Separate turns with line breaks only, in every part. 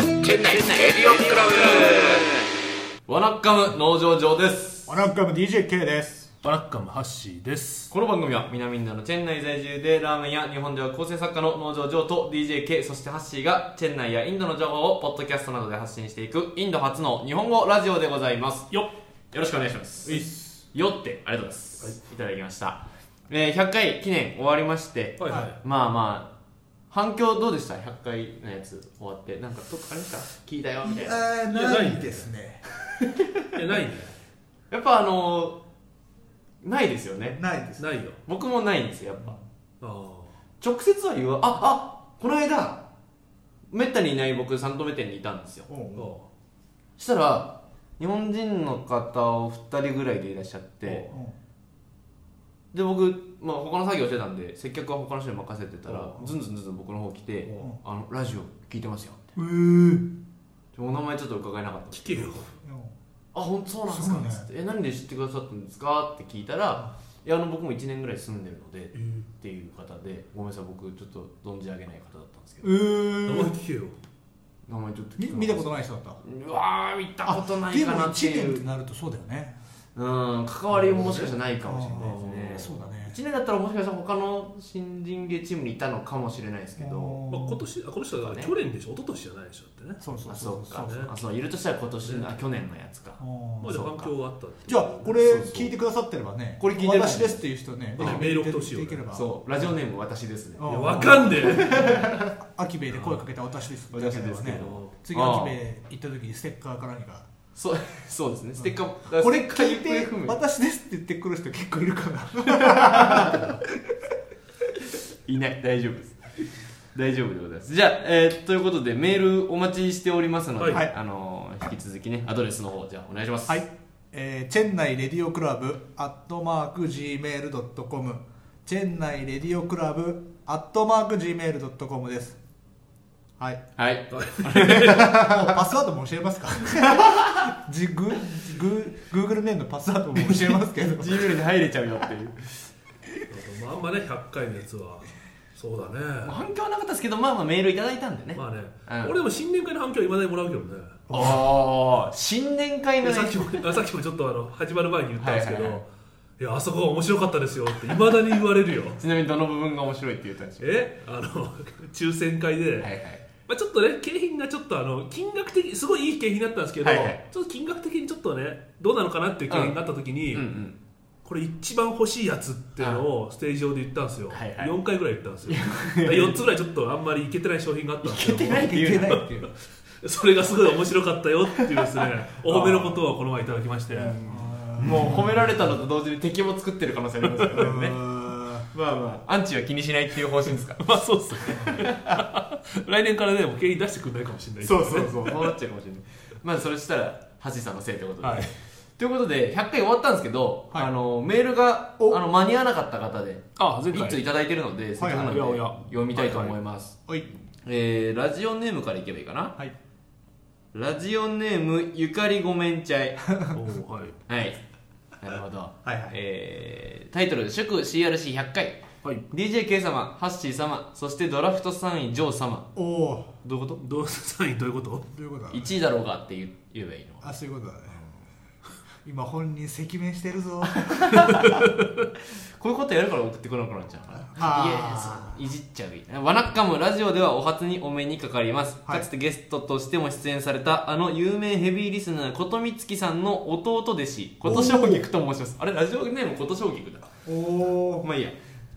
エディオンクラブワナッカム農場上です
ワナッカム DJK です。
バラッカムハッシーです。
この番組は南インドのチェン内在住でラーメンや日本では構成作家の農場上と DJK そしてハッシーがチェン内やインドの情報をポッドキャストなどで発信していくインド初の日本語ラジオでございます
よ
よろしくお願いします
っいっす。
よってありがとうございます、い、ただきました、えー、100回記念終わりまして、
はいはい。
まあまあ反響どうでした100回のやつ終わってなんかとあれですか聞いたよみたいな
えー、
いやない
ないですね。
い、や、ないね。
やっぱあのーないですよね
ないです。
ないよ。
僕もないんですよやっぱ
あ
直接は言わああこの間めったにいない僕三留店にいたんですよ
う
あ。
んうん
お
したら日本人の方お二人ぐらいでいらっしゃってで僕、まあ、他の作業してたんで接客は他の人に任せてたら
お
ずんずんずんずん僕の方来て「
お
あのラジオ聞いてますよ」って
うー。
お名前ちょっと伺えなかったんです
聞けよ。
あ本当そうなんですか
すごいね
つって「え何で知ってくださったんですか?」って聞いたら「いやあの僕も1年ぐらい住んでるので」っていう方でごめんなさい僕ちょっと存じ上げない方だったんですけど
う
名前
ー。
聞けよ。
名前ちょっと
み
聞くの
見たことない人だった。
うわー見たことない
で
か
も
なって
1
い
年って
う
なるとそうだよね。
うん関わりももしかしたらないかもしれない
あー
です
そ
ね
うだね。
1年だったらもしかしたら他の新人芸チームにいたのかもしれないですけど
まあ、今
年。
年、あこの人は
ね
去年でしょ、一昨年じゃないでしょだってね。
そうそ
あ
う
そ
そうう。
か
そうね
あそういるとしたら今年のあ去年のやつか
あ
ま
ー
あ、じゃあ
そう
反
か
響があったって。
じゃあ、これ聞いてくださってればね、
これ聞いてる
私ですっていう人ね、
うんメール送ってほしいよね
できれば、
そうラジオネーム私ですね
あ
い
ー
や、わかんねえ。
アキベイで声かけた私ですってだければ
私ですけど
次、
あー
アキベイ行った時にステッカーか何か、
そうそうですねステッカー
これ
ステッ
聞い
カー行方
て
不、明
私ですって言ってくる人結構いるから。
いない大丈夫です大丈夫でございますじゃあ、えーということでメールお待ちしておりますので、
はい
あのー引き続きねアドレスの方じゃあお願いします
はい、えー、チェンナイレディオクラブアットマーク Gmail.com チェンナイレディオクラブアットマーク Gmail.com ですはい
はい
パスワードも教えま すかじググ Google ネームのパスワードも教えますけど
Gmail に入れちゃうよっていう
まあ、あんまね、100回のやつは。そうだ
ま
ね。
あ反響はなかったですけどまあまあメールいただいたんでね、
まあね、
うん
俺でも新年会の反響いまだにもらうけどね。
ああ新年会の
で
ね
さっきも、あ さっきもちょっとあの始まる前に言ったんですけど、
はい
い
はいは
や、あそこが面白かったですよって、いまだに言われるよ。
ちなみにどの部分が面白いって言ったんでしょ
えあの抽選会で、
うはいはい
まあ、ちょっとね景品がちょっとあの金額的すごいいい景品だったんですけど、
はいはい
ちょっと金額的にちょっとねどうなのかなっていう景品があった時に、
うんうん
これ一番欲しいやつっていうのをステージ上で言ったんですよ、
はいはい
4回ぐらい言ったんですよ4つぐら いちょっとあんまりいけてない商品があったんですよ
いけてないって
い
言
け
うな
ないっていう
それがすごい面白かったよっていうです ねお褒めのことをこの前いただきまして、
もう褒められたのと同時に敵も作ってる可能性ありますから
う
ね
ーん
まあまあアンチは気にしないっていう方針ですか
まあそうっすね 来年からねもう景品出してくれないかもしれないですね
そうそうそうなっちゃうかもしれないまあそれしたら橋さんのせいってことで、
はい
ということで100回終わったんですけど、
はい
あのメールがあ
お
の間に合わなかった方で
あ前
一
回
通いただいてるのでせっか
は
く
い
な
は
の
い
で
おやおや
読みたいと思います、
おい
えーラジオネームからいけばいいかな
はい
ラジオネームゆかりごめんちゃ い
おはい
はいなるほど
はいはい
えータイトル「祝 CRC100 回
はい
DJK 様ハッシー様そしてドラフト3位ジョー様
おおー
どういうことどうサインどういうこと
どういうことだ
1位だろうがって言う言えばいいの
あそういうことだね今本人赤面してるぞ
こういうことやるから送ってこなくなっちゃうから
あ
いやいじっちゃうわなっかむラジオではお初にお目にかかります、
はい
かつてゲストとしても出演されたあの有名ヘビーリスナー琴美月さんの弟弟子琴正菊と申しますあれラジオネーム琴正菊だ
おお
まあいいや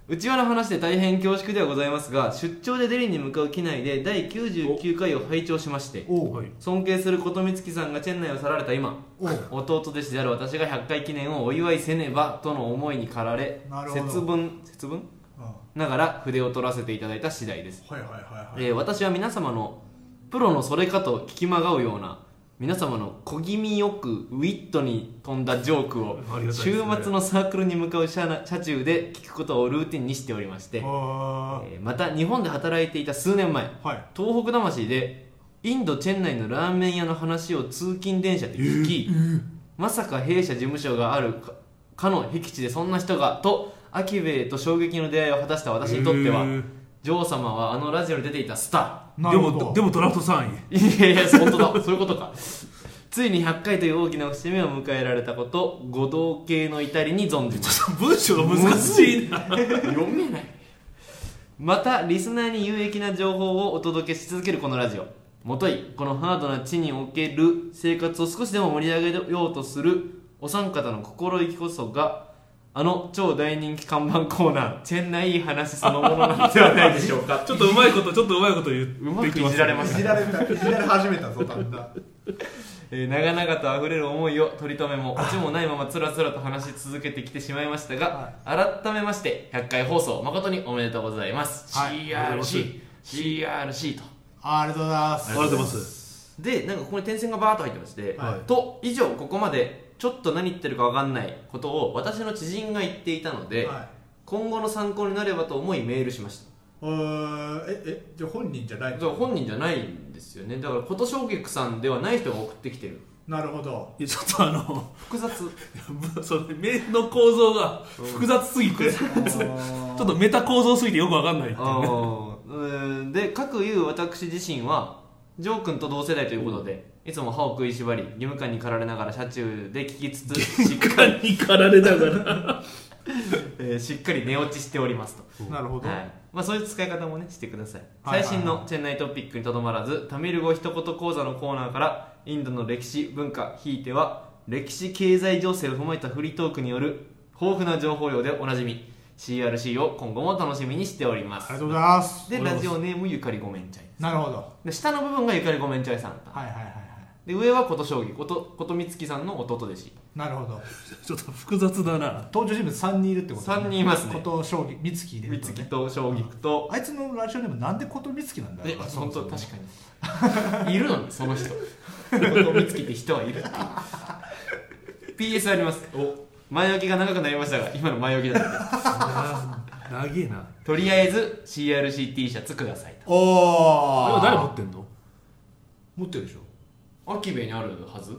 うちわの話で大変恐縮ではございますが出張でデリーに向かう機内で第99回を拝聴しまして
おお
はい
尊敬する琴美月さんがチェン内を去られた今
おお
弟弟子である私が100回記念をお祝いせねばとの思いに駆られ
なるほど
節分節分ながら筆を取らせていただいた次第です、
はいはいはいはい
えー私は皆様のプロのそれかと聞きまがうような皆様の小気味よくウィットに飛んだジョーク
あ
を
りがたいです
週
ね
末のサークルに向かう車な車中で聞くことをルーティンにしておりまして、
あ
えーまた日本で働いていた数年前
ーはい
東北魂でインドチェン内のラーメン屋の話を通勤電車で聞き、まさか弊社事務所があるかかの僻地でそんな人がとアキベイと衝撃の出会いを果たした私にとっては、女王様はあのラジオに出ていたスタ
な
で
るほ
も
ど
でもドラフト3位
ーいやいや本当だ そういうことかついに100回という大きな節目を迎えられたこと五道系の至りに存じます
文章が難しいな
読めないまたリスナーに有益な情報をお届けし続けるこのラジオもといこのハードな地における生活を少しでも盛り上げようとするお三方の心意気こそがあの超大人気看板コーナー「チェンナイい話」そのものなのでは ないでしょうか
ちょっとうまいことちょっとうまいこと言っ
うまく
てきま
い
す
じられま
い
した
じられたいじられ始めたぞだんだん
えー長々とあふれる思いを取り留めもオチもないままつらつらと話し続けてきてしまいましたが、改めまして100回放送誠におめでとうございます、
はい
CRC CRC と
ありがとうございま
あ
す
りがとうございます
でなんかここに点線がバーッと入ってまして、
はい
と以上ここまでちょっと何言ってるか分かんないことを私の知人が言っていたので、
はい
今後の参考になればと思いメールしました
えーええじゃあ本人じゃない
だから本人じゃないんですよねだから琴奨菊さんではない人が送ってきてる
なるほど
いやちょっとあの
複雑
ぶそのメールの構造が複雑すぎてち
ち
ょっとメタ構造すぎてよくわかんないっていう
あ
ね
ーうーんで各言う私自身はジョー君と同世代ということで、いつも歯を食いしばり義務感に駆られながら車中で聞きつつしっ かり、
に駆られながら
えーしっかり寝落ちしておりますと
なるほど、
はいまあ、そういう使い方もねしてください
はいはいはい
最新のチェンナイトピックにとどまらずタミル語一言講座のコーナーからインドの歴史文化ひいては歴史経済情勢を踏まえたフリートークによる豊富な情報量でおなじみ CRC を今後も楽しみにしておりま
あ
す
りがとうございます
でラジオネームゆかりごめんちゃい
なるほど
で下の部分がゆかりごめんちゃいさん
はいはいはいはい
で上は琴将棋こと琴光希さんの弟弟子
なるほど
ちょっと複雑だな
登場人物三人いるってこと
三人いますね
こと将棋美月で
光希と将棋と
あいつのラジオネームなんでこと美月なんだろ
え
う
本当確かに いるのにその人こと見つけて人はいるっていう PS あります前置きが長くなりましたが今の前置きだったんで
長えな
とりあえず CRCT シャツくださいと
お
あれ
お
は誰持ってんの
持ってるでしょ
秋部にあるはず
う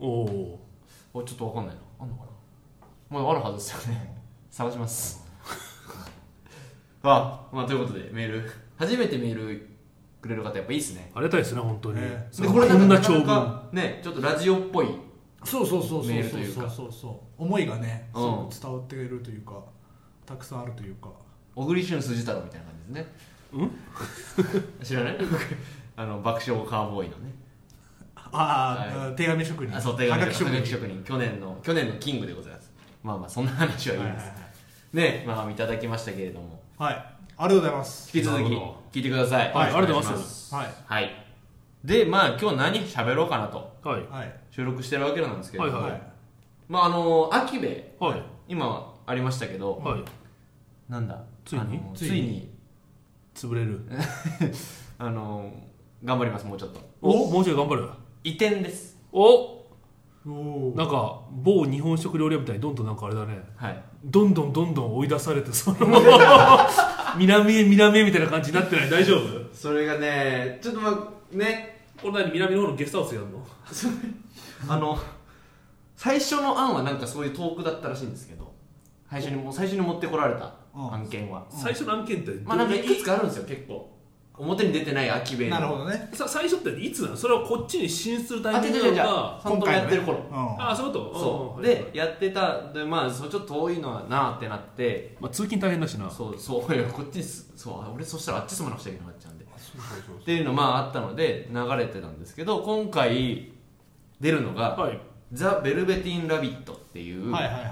おお
あちょっとわかんないなあんのかなまああるはずですよね探しますあまあということでメール初めてメールくれる方やっぱいいですね
ありがたいですね本当に、
え
そ
で
の
これ
こんな長
か
文
かねちょっとラジオっぽい
んそうそうそうそう
メールと
そう
いう
そ
か
うそう思いがね、
うん
そう伝わってくれるというかたくさんあるというか
小栗旬辻太郎みたいな感じですねん知らない あの爆笑カーボーイのね
ああ、
は
手紙職人
あそう手紙
は
の
がき職
はが
人
き職人去年の去年のキングでございますまあまあそんな話はいいです、ねまあいただきましたけれども
はい、ありがとうございます。
引き続き
なる
聞
ほ
いてください、
はい
よろしくお願
ありがとうございま
はい、
はいでまあ今日何喋ろうかなと
はい
はい、
収録してるわけなんですけれども、
はい
まああの秋部
はい
今ありましたけど、
はい
なんだ
ついに
あのつ
つい
い
に
に
潰れる
あの頑張りますもうちょっと
おもうちょい頑張る
移転です
お
おお
なんか某日本食料理屋みたいにどんどんなんかあれだね
はい
どんどんどんどん追い出されて その南へ南へみたいな感じになってない大丈夫
それがねちょっとまあね
これ何南の方のゲストハウスやるの
あの最初の案はなんかそういうトークだったらしいんですけど最初にもう最初に持ってこられた
うん
案件は、
最初の案件って、
まあなんかいくつかあるんですよ結構表に出てない秋兵衛の
なるほどね。
さ最初っていつなのそれはこっちに進出するタ
あ
イ
違
ミン
う
グ
違う違う
なのか
本当にやってる頃、
うん、
ああそういうこと
そ
ん
うん
はい
でやってたでまあそうちょっと遠いのはなあってなって
まあ、通勤大変だしな
そうそういやこっちにすそう俺そしたらあっち住まなくちゃいけなくなっちゃうんで
そうそうそう
っていうのまああったので流れてたんですけど今回出るのが
はい
「ザ・ベルベティン・ラビット」っていう
はい
バ
はいは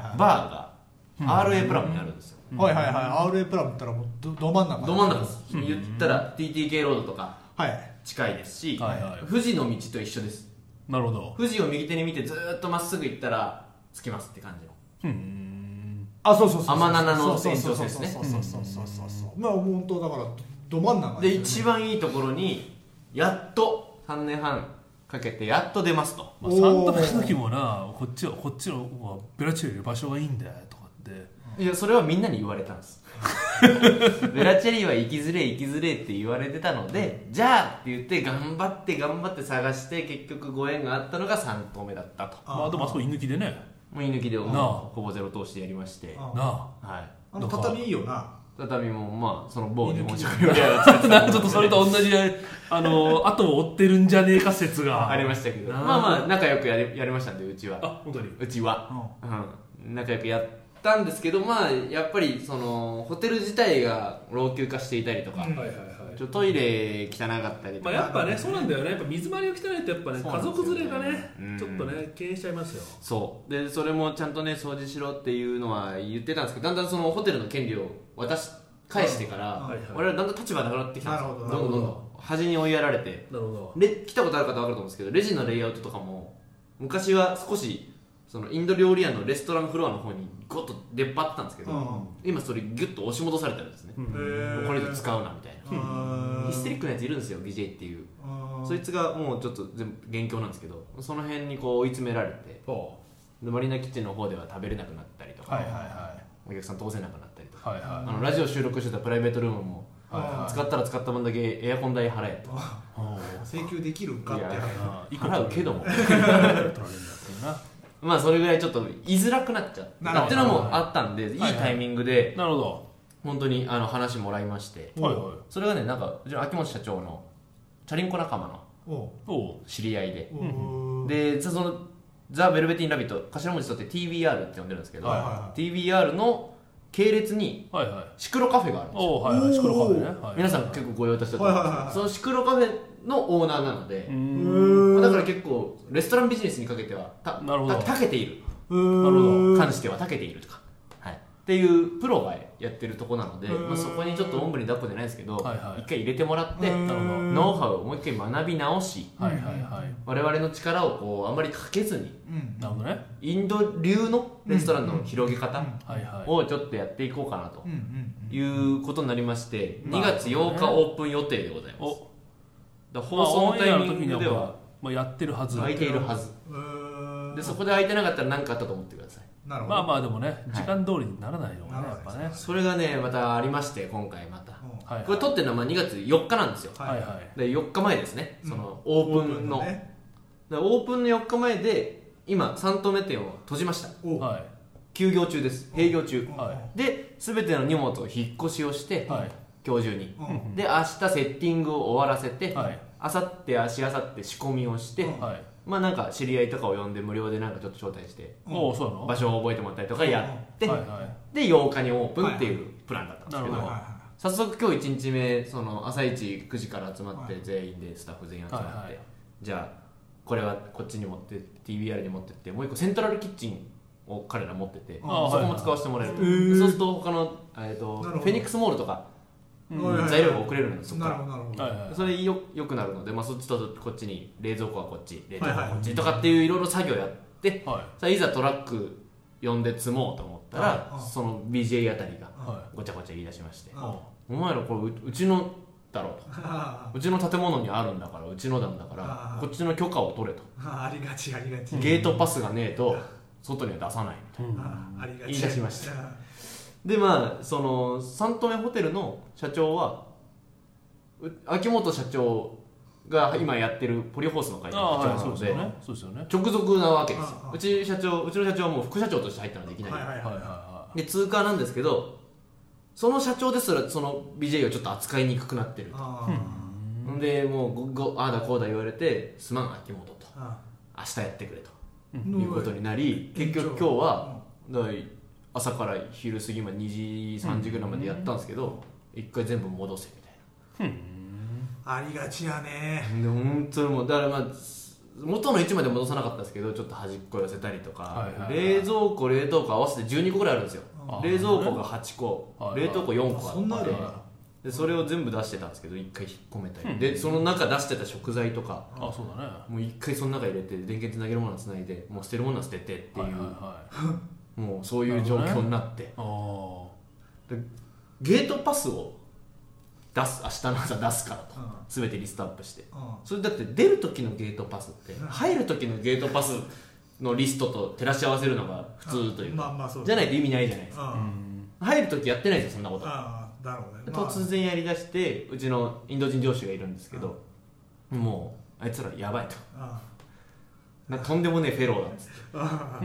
い
ーが RA プラムにあるんですよ
はいはいはい、RA プラムったらもうどど真ん中。
ど真ん中です言ったら TTK ロードとか
はい。
近いですし
はいはい
富士の道と一緒です
なるほど
富士を右手に見てずーっとまっすぐ行ったら着きますって感じの
うん
あ、そうそうそうそう。
天七の
そう
延
そう
長線
そ
で
う
すね
そうそうそうそうそうそう。まあ本当だからど真ん中
で
よ
一番いいところにやっと3年半かけてやっと出ますと
まあ、
お
サ
ー
ンタフェの時もなこっちはこっちの方がベラチェより場所がいいんだよとかって
いやそれはみんなに言われたんです ベラチェリーは行きづれえ行きづれえって言われてたのでじゃあって言って頑張って頑張って探して結局ご縁があったのが3投目だったと
あー
まあでもあそこ居抜きでね
もう居抜きで
なあ
ほぼゼロ通してやりまして
あ
なあ
はい
あの畳いいよな。
畳畳もまあその某日本食料理屋が使って た
なんかちょっとそれと同じあの後を追ってるんじゃねえか説が
ありましたけど
なあ
まあまあ仲良くやりやりましたんでうちは
あ本当に
うちは、うん、仲良くやったんですけどまあやっぱりそのホテル自体が老朽化していたりとか、
うん
はいはいはい
ちょトイレ汚かったりと
ま
か、
あ、やっぱねそうなんだよねやっぱ水回りが汚いとやっぱね
そ
家
うなんですよね
族連れがね
うん
ちょっとね敬遠しちゃいますよ
そうでそれもちゃんとね掃除しろっていうのは言ってたんですけどだんだんそのホテルの権利を渡し返してから、
はいはい
我々だんだん立場がなくなってきたんですよ
なるほど
どんどんどんどん端に追いやられて
なるほど
レ来たことある方は分かると思うんですけどレジのレイアウトとかも昔は少しそのインド料理屋のレストランフロアの方にゴッと出っ張ってたんですけど、
うん
今それギュッと押し戻されてるんですね、
へー
これ以上使うなみたいなヒステリックなやついるんですよ BJ っていうそいつがもうちょっと全部元凶なんですけどその辺にこう追い詰められて
ほ
でマリーナキッチンの方では食べれなくなったりと
う
か、
はいはいはい
お客さん通せなくなったりとか、
はいは
あのラジオ収録してたプライベートルームも、
はいはい
使ったら使った分だけエアコン代払えと
請求できるんかって
いや
あーいくら
払うけども
取られるんだってな
まあそれぐらいちょっと居づらくなっちゃっ
なる
た
ほ
って
ど
のもあったんでいい
はい
タイミングで
なるほ
本当にあの話もらいまして
どはいはい
それがねなんかうちの秋元社長のチャリンコ仲間の
おう
おう
知り合いで
おう
でその「ザ・ベルベティン・ラビット」頭文字取って TBR って呼んでるんですけど、
はいはいは
TBR のの系列に
はいはい
シクロカフェがあるんですよ
おうはいはいシクロカフェね、はい、
皆さん結構ご用達だと思うんですけど、
はいはいはいはい
そのシクロカフェのオーナーなので
うー、ん
ま
うー
あだから結構レストランビジネスにかけてはた
なるほど
たたけている
うー
なるほど
関しては長けているとか、はい、っていうプロがやってるとこなので、
うん
まあ、そこにちょっとおんぶに抱っこじゃないですけど、
はいはい
一回入れてもらって、
うん
なるほど
ノウハウをもう一回学び直し
はいはいはい
我々の力をこうあまりかけずに
うん
なるほどね
インド流のレストランの広げ方
はいはい
をちょっとやっていこうかなと
うんうん
いうことになりまして
なる
2
ほどね
月8日オープン予定でございます
お
だから放送のタイミ
まあ
ングで
オンエアの時に
は
まあ、やってるはず
空いているはず
うーん
でそこで空いてなかったら何かあったと思ってください
なるほど
まあまあでもね時間通りにならないのがね、
な
や
ら
っ
な
ぱ
い
ね
です
それがねまたありまして今回また
うん
はいはい
これ撮ってるのはまあ2月4日なんですよ
はいはい
で4日前ですね、
うん
そのオープンの
オ
で
ね
オープンの4日前で今3棟目店を閉じました
おう
は
休業中です営業中
は
で全ての荷物を引っ越しをして、
いはい
今日中に
うん
で明日セッティングを終わらせて、
はい
明後日足明後日仕込みをして、
うん
はい
まあなんか知り合いとかを呼んで無料でなんかちょっと招待して
うん
おおそうなの
場所を覚えてもらったりとかやって、
はいは
で8日にオープンっていうプランだったんですけ
はい
ど、
はい
なるほど
は
早速今日1日目その朝一9時から集まって
はい
全員でスタッフ全員集まって、
はいはい
じゃあこれはこっちに持って TBR に持ってってもう一個セントラルキッチンを彼ら持っててそ
あ
こも使わせてもらえると、
へー
そうすると他の、えー、と
なる
フ
ほど
ェニックスモールとか
う
はいはいはい
材料が送れるのでそこ
な
か
る
ら
ほどなるほ
い
ど
はいはい
それよよくなるので、まあ、そっちとこっちに冷蔵庫はこっち冷蔵庫
は
はいこ
はい
っちとかっていういろいろ作業やって
は
さあいざトラック呼んで積もうと思った
う
ら
ん
その BJ あたりが
いは
ごちゃごちゃ言い出しまして
い
うん
お
お前らこれううちのだろうと
あ
うちの建物にあるんだからうちのなんだか
あ
ら
ー
こっちの許可を取れと
あありがちありがち
ゲートパスがねえと外には出さないみたい
うん
あありがち
言い出しましたなでまあその三都目ホテルの社長はう秋元社長が今やってるポリホースの会社
ああ
の社
はい
長な
そう
の
です
で
よねそうですよね
直属なわけです
あ
よ
あ
うち社長うちの社長はもう副社長として入ったのでいき
はい
な
は
り
い
はいはい
は
は
で通過なんですけどその社長ですらその BJ をちょっと扱いにくくなって
い
る
あ
んでもうごごああだこうだ言われてすまん秋元と
ああ
明日やってくれと
あ
いうことになり結局今日はだから朝から昼過ぎまで2時3時ぐらいまでやったんですけど一回全部戻せみたい
ありがちやね
なで本当にもうだからまあ元の位置まで戻さなかったんですけどちょっと端っこ寄せたりとか、
はいはいはい
冷蔵庫冷凍庫合わせて12個ぐらいあるんですよ
あ
冷蔵庫が8個、
はいはい
冷凍庫4個あって
そんなあるんだ
でそれを全部出してたんですけど一回引っ込めたり、でその中出してた食材とか
いあそうだねは
もう一回その中入れて電源つなげるものはつないでもう捨てるものは捨ててって
い
いう、
はいはい
もうそういう状況になって
ああ
でゲートパスを出す明日の朝出すからと、
うん
全てリストアップして
うん
それだって出る時のゲートパスって
うん
入る時のゲートパスのリストと照らし合わせるのが普通というか、
まあまあそう
じゃないいと意味ないじゃないですか、
あ
入る時やってないですよそんなこと、
ああだろうね
突然やりだしてうちのインド人上司がいるんですけど、もうあいつらやばいと
あ
なとんでもねえフェローだっつって
あああ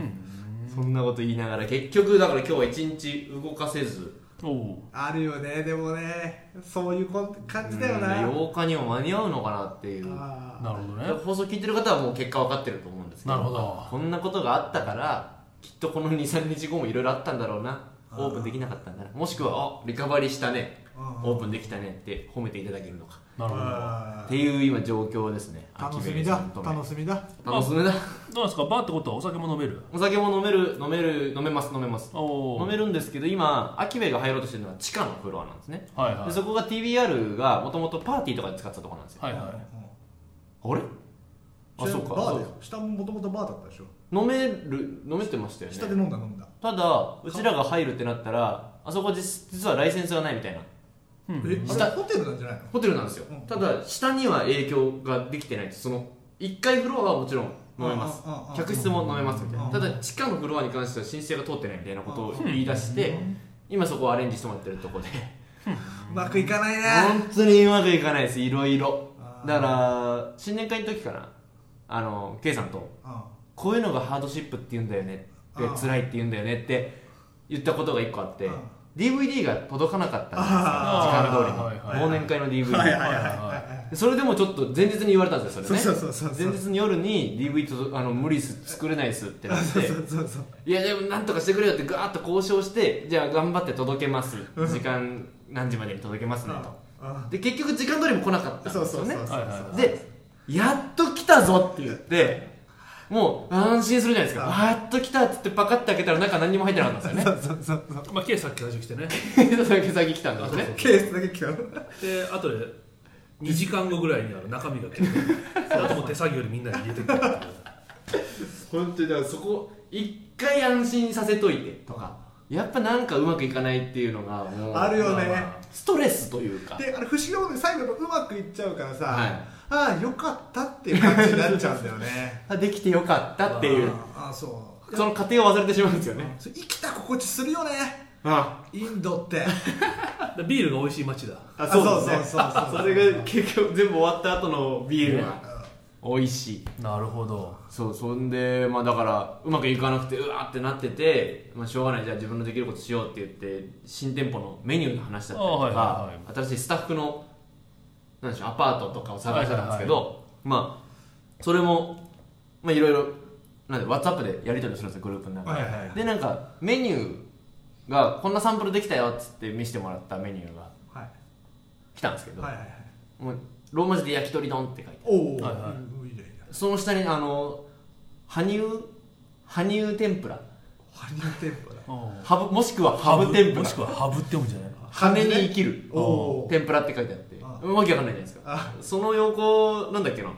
そんなこと言いながら結局だから今日は一日動かせず
おお
あるよねでもねそういうこん感じだよな、
8日にも間に合うのかなっていう
あー
なるほど
で
ね
放送聞いてる方はもう結果分かってると思うんですけど
なるほど
こんなことがあったからきっとこの23日後もいろいろあったんだろうな
あー
オープンできなかったんだなもしくはあリカバリーしたね
うん
オープンできたねって褒めていただけるのか
なるほど
あ
っ
ー
ていう今状況ですね
楽しみだ
秋め
楽しみだ
楽しみだ
どうなんですかバーってことはお酒も飲める
お酒も飲める飲める飲めます飲めます
おお
飲めるんですけど今アキベが入ろうとしてるのは地下のフロアなんですね
はいはい
でそこが TBR がもともとパーティーとかで使ってたところなんですよ
はい
うん
は
あれあ
うん
そうか
バーだよ下ももともとバーだったでしょ
飲める飲めてましたよね
下で飲んだ飲んだ
ただうちらが入るってなったらあそこ実実はライセンスがないみたいな
いう
え
ん
あ
下
れホテルなんじゃないの
ホテルなんですよ
うん
ただ下には影響ができてないんですその1階フロアはもちろん飲めます
うんうんうんうん
客室も飲めますみたい
うん
な
う
た
ん
だ地下のフロアに関しては申請が通ってないみたいなことを
うん
言い出して
うん
今そこをアレンジしてもらってるとこで
うまくいかないね
本当にうまくいかないですいろいろ
あー
だから新年会の時かなあの K さんと
う
こういうのがハードシップって言うんだよね
ああ
で辛いって言うんだよねって言ったことが1個あって
ああ
DVD が届かなかったんですよ時
あ
間
あ
通りに
はい
はい
忘年会の
んはいはい
DVD
はいはい
は
それでもちょっと前日に言われたんですよそれね
そうそうそうそう
前日に夜に DVD 届あの無理っす作れないっすってなっ
そう
て
そうそうそう
いやでもなんとかしてくれよってガーッと交渉してじゃあ頑張って届けます時間何時までに届けますねと
あ
で結局時間通りも来なかったん
あ
です
そ
よ
う
ね
そうそうそうそう
はいはいはい
でやっと来たぞって言ってもう安心するじゃないですかわーっと来たっつってパカッて開けたら中何にも入ってなかったんです よね
そうそうそう
まあ K さっき会場来てね
先々来たんですよね
ケースだけ来たの
であとで2時間後ぐらいにあの中身が来てあともう手作業でみんなに入れてくるっていう
本当にだからそこ一回安心させといてとかやっぱなんかうまくいかないっていうのがもう
あるよね
まあまあストレスというか
であれ不思議なことに最後のうまくいっちゃうからさ、
はい
ああよかったっていう感じになっちゃうんだよね
あできてよかったっていう
ああそう
その過程を忘れてしまうんですよね
それ生きた心地するよね
あ
インドって
でビールが美味しい街だ
あそうですね
そうそうそう そう
それが結局全部終わった後のビールが美味しい
なるほど
そうそんでまあだからうまくいかなくてうわーってなってて、まあ、しょうがないじゃあ自分のできることしようって言って新店舗のメニューの話だったり
あ
とか、
はいはいは
新しいスタッフのなんでしょうアパートとかを探してたんですけど、まあそれもまあいろいろなんで WhatsApp でやり取りするんですよグループの中で、
はいはいはい
でなんかメニューがこんなサンプルできたよっつって見せてもらったメニューが
は
来たんですけ
い
ど、
はいはいはい
もうローマ字で焼き鳥丼って書いてあって
おお、
はいはい
い、いねいいね
その下にあの羽生羽生天ぷら
ハニーテンポだ
ハブもしくはハブ天ぷ
も
ら
しくはハブって読むんじゃない
羽に生きる
おお
天ぷらって書いてあって
あ
わけわかんないじゃないですかその横なんだっけな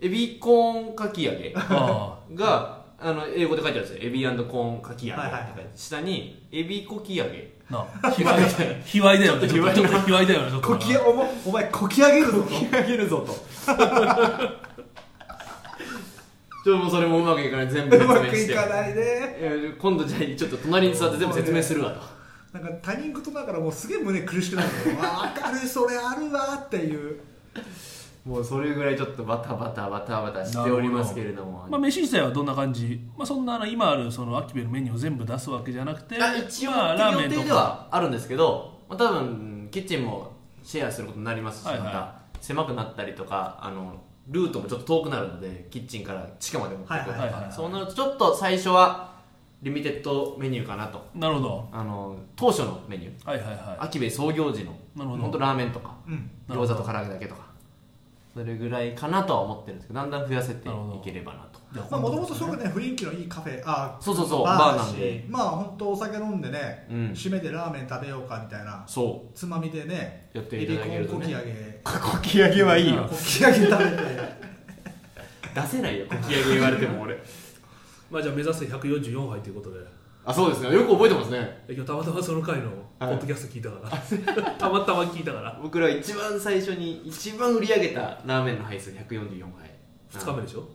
エビコーンかき揚げ
あ
があの英語で書いてあるんですよエビコーンかき揚げって書いてあ
はいは
っ
いは
て下にエビこき揚げ
あなあ卑猥卑猥だよね
ちょっと卑猥な
ちょっと卑猥だよねちょっと
こきおもお前こき上げるぞ
揚げるぞ とちょっともうそれもうまくいかない全部
とう
説明
まく
し
い
て
かないね
えー今度じゃあちょっと隣に座って全部説明するわと
なんか他人事だからもうすげえ胸苦しくなるよわかるそれあるわっていう
もうそれぐらいちょっとバタバタバタバタしておりますけれども
まあ、飯自体はどんな感じ、まあ、そんなあの今あるそのアキベのメニューを全部出すわけじゃなくて
あ一応
まあ、
予定ではあるんですけど、まあ、多分キッチンもシェアすることになりますし、
はいはい
また狭くなったりとかあのルートもちょっと遠くなるのでキッチンから地下まで持っていくとか、
はい
はいはい
そうなるとちょっと最初はリミテッドメニューかなと
なるほど
あの当初のメニュー
はいはいは
秋兵衛創業時の
なるほど
本当ラーメンとか
うん
なるほ
餃
ど
子と唐揚げだけとかそれぐらいかなとは思ってるんですけどだんだん増やせていければなと
いじゃあ
まあもともとす
今
ご
度
くね雰囲気のいいカフェあ
そうそうそう
バー
バー
だ
なん
し
で
まあ本当お酒飲んでね、
うん
締めでラーメン食べようかみたいな
そ
つまみでね
やっていただけるとね
エビコンこき揚げ
うこき揚げはいいよ
こき揚げ食べて
出せないよこき揚げ言われても俺
まあじゃあ目指せ144杯ということで
あそうですねよく覚えてますね
え今日たまたまその回のポッドキャスト聞いたから、 たまたま聞いたから
僕ら一番最初に一番売り上げたラーメンの配数144杯
2日目でしょ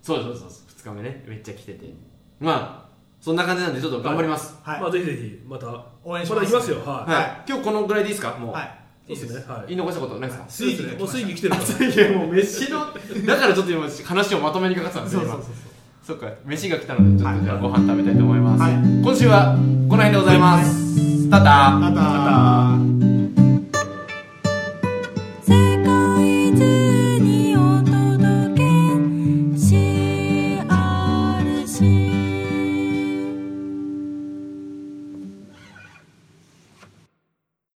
そうそうそうそう2日目ねめっちゃ来ててまあそんな感じなんでちょっと頑張ります
はい
まあぜひぜひまた
応援します
た行きますよはい、
はい、今日このぐらいでいいですかもう、
はい
い、いですねはい
言い残したことないですか、
水義もう水義来てる から
いやもう飯のだからちょっと今話をまとめにかかってたんです
そ
よ
うそう
今
そうそう
そっか飯が来たのでちょっとじゃあご飯食べたいと思います、
はい
今週はこの辺でございます、
はい
タタ
タター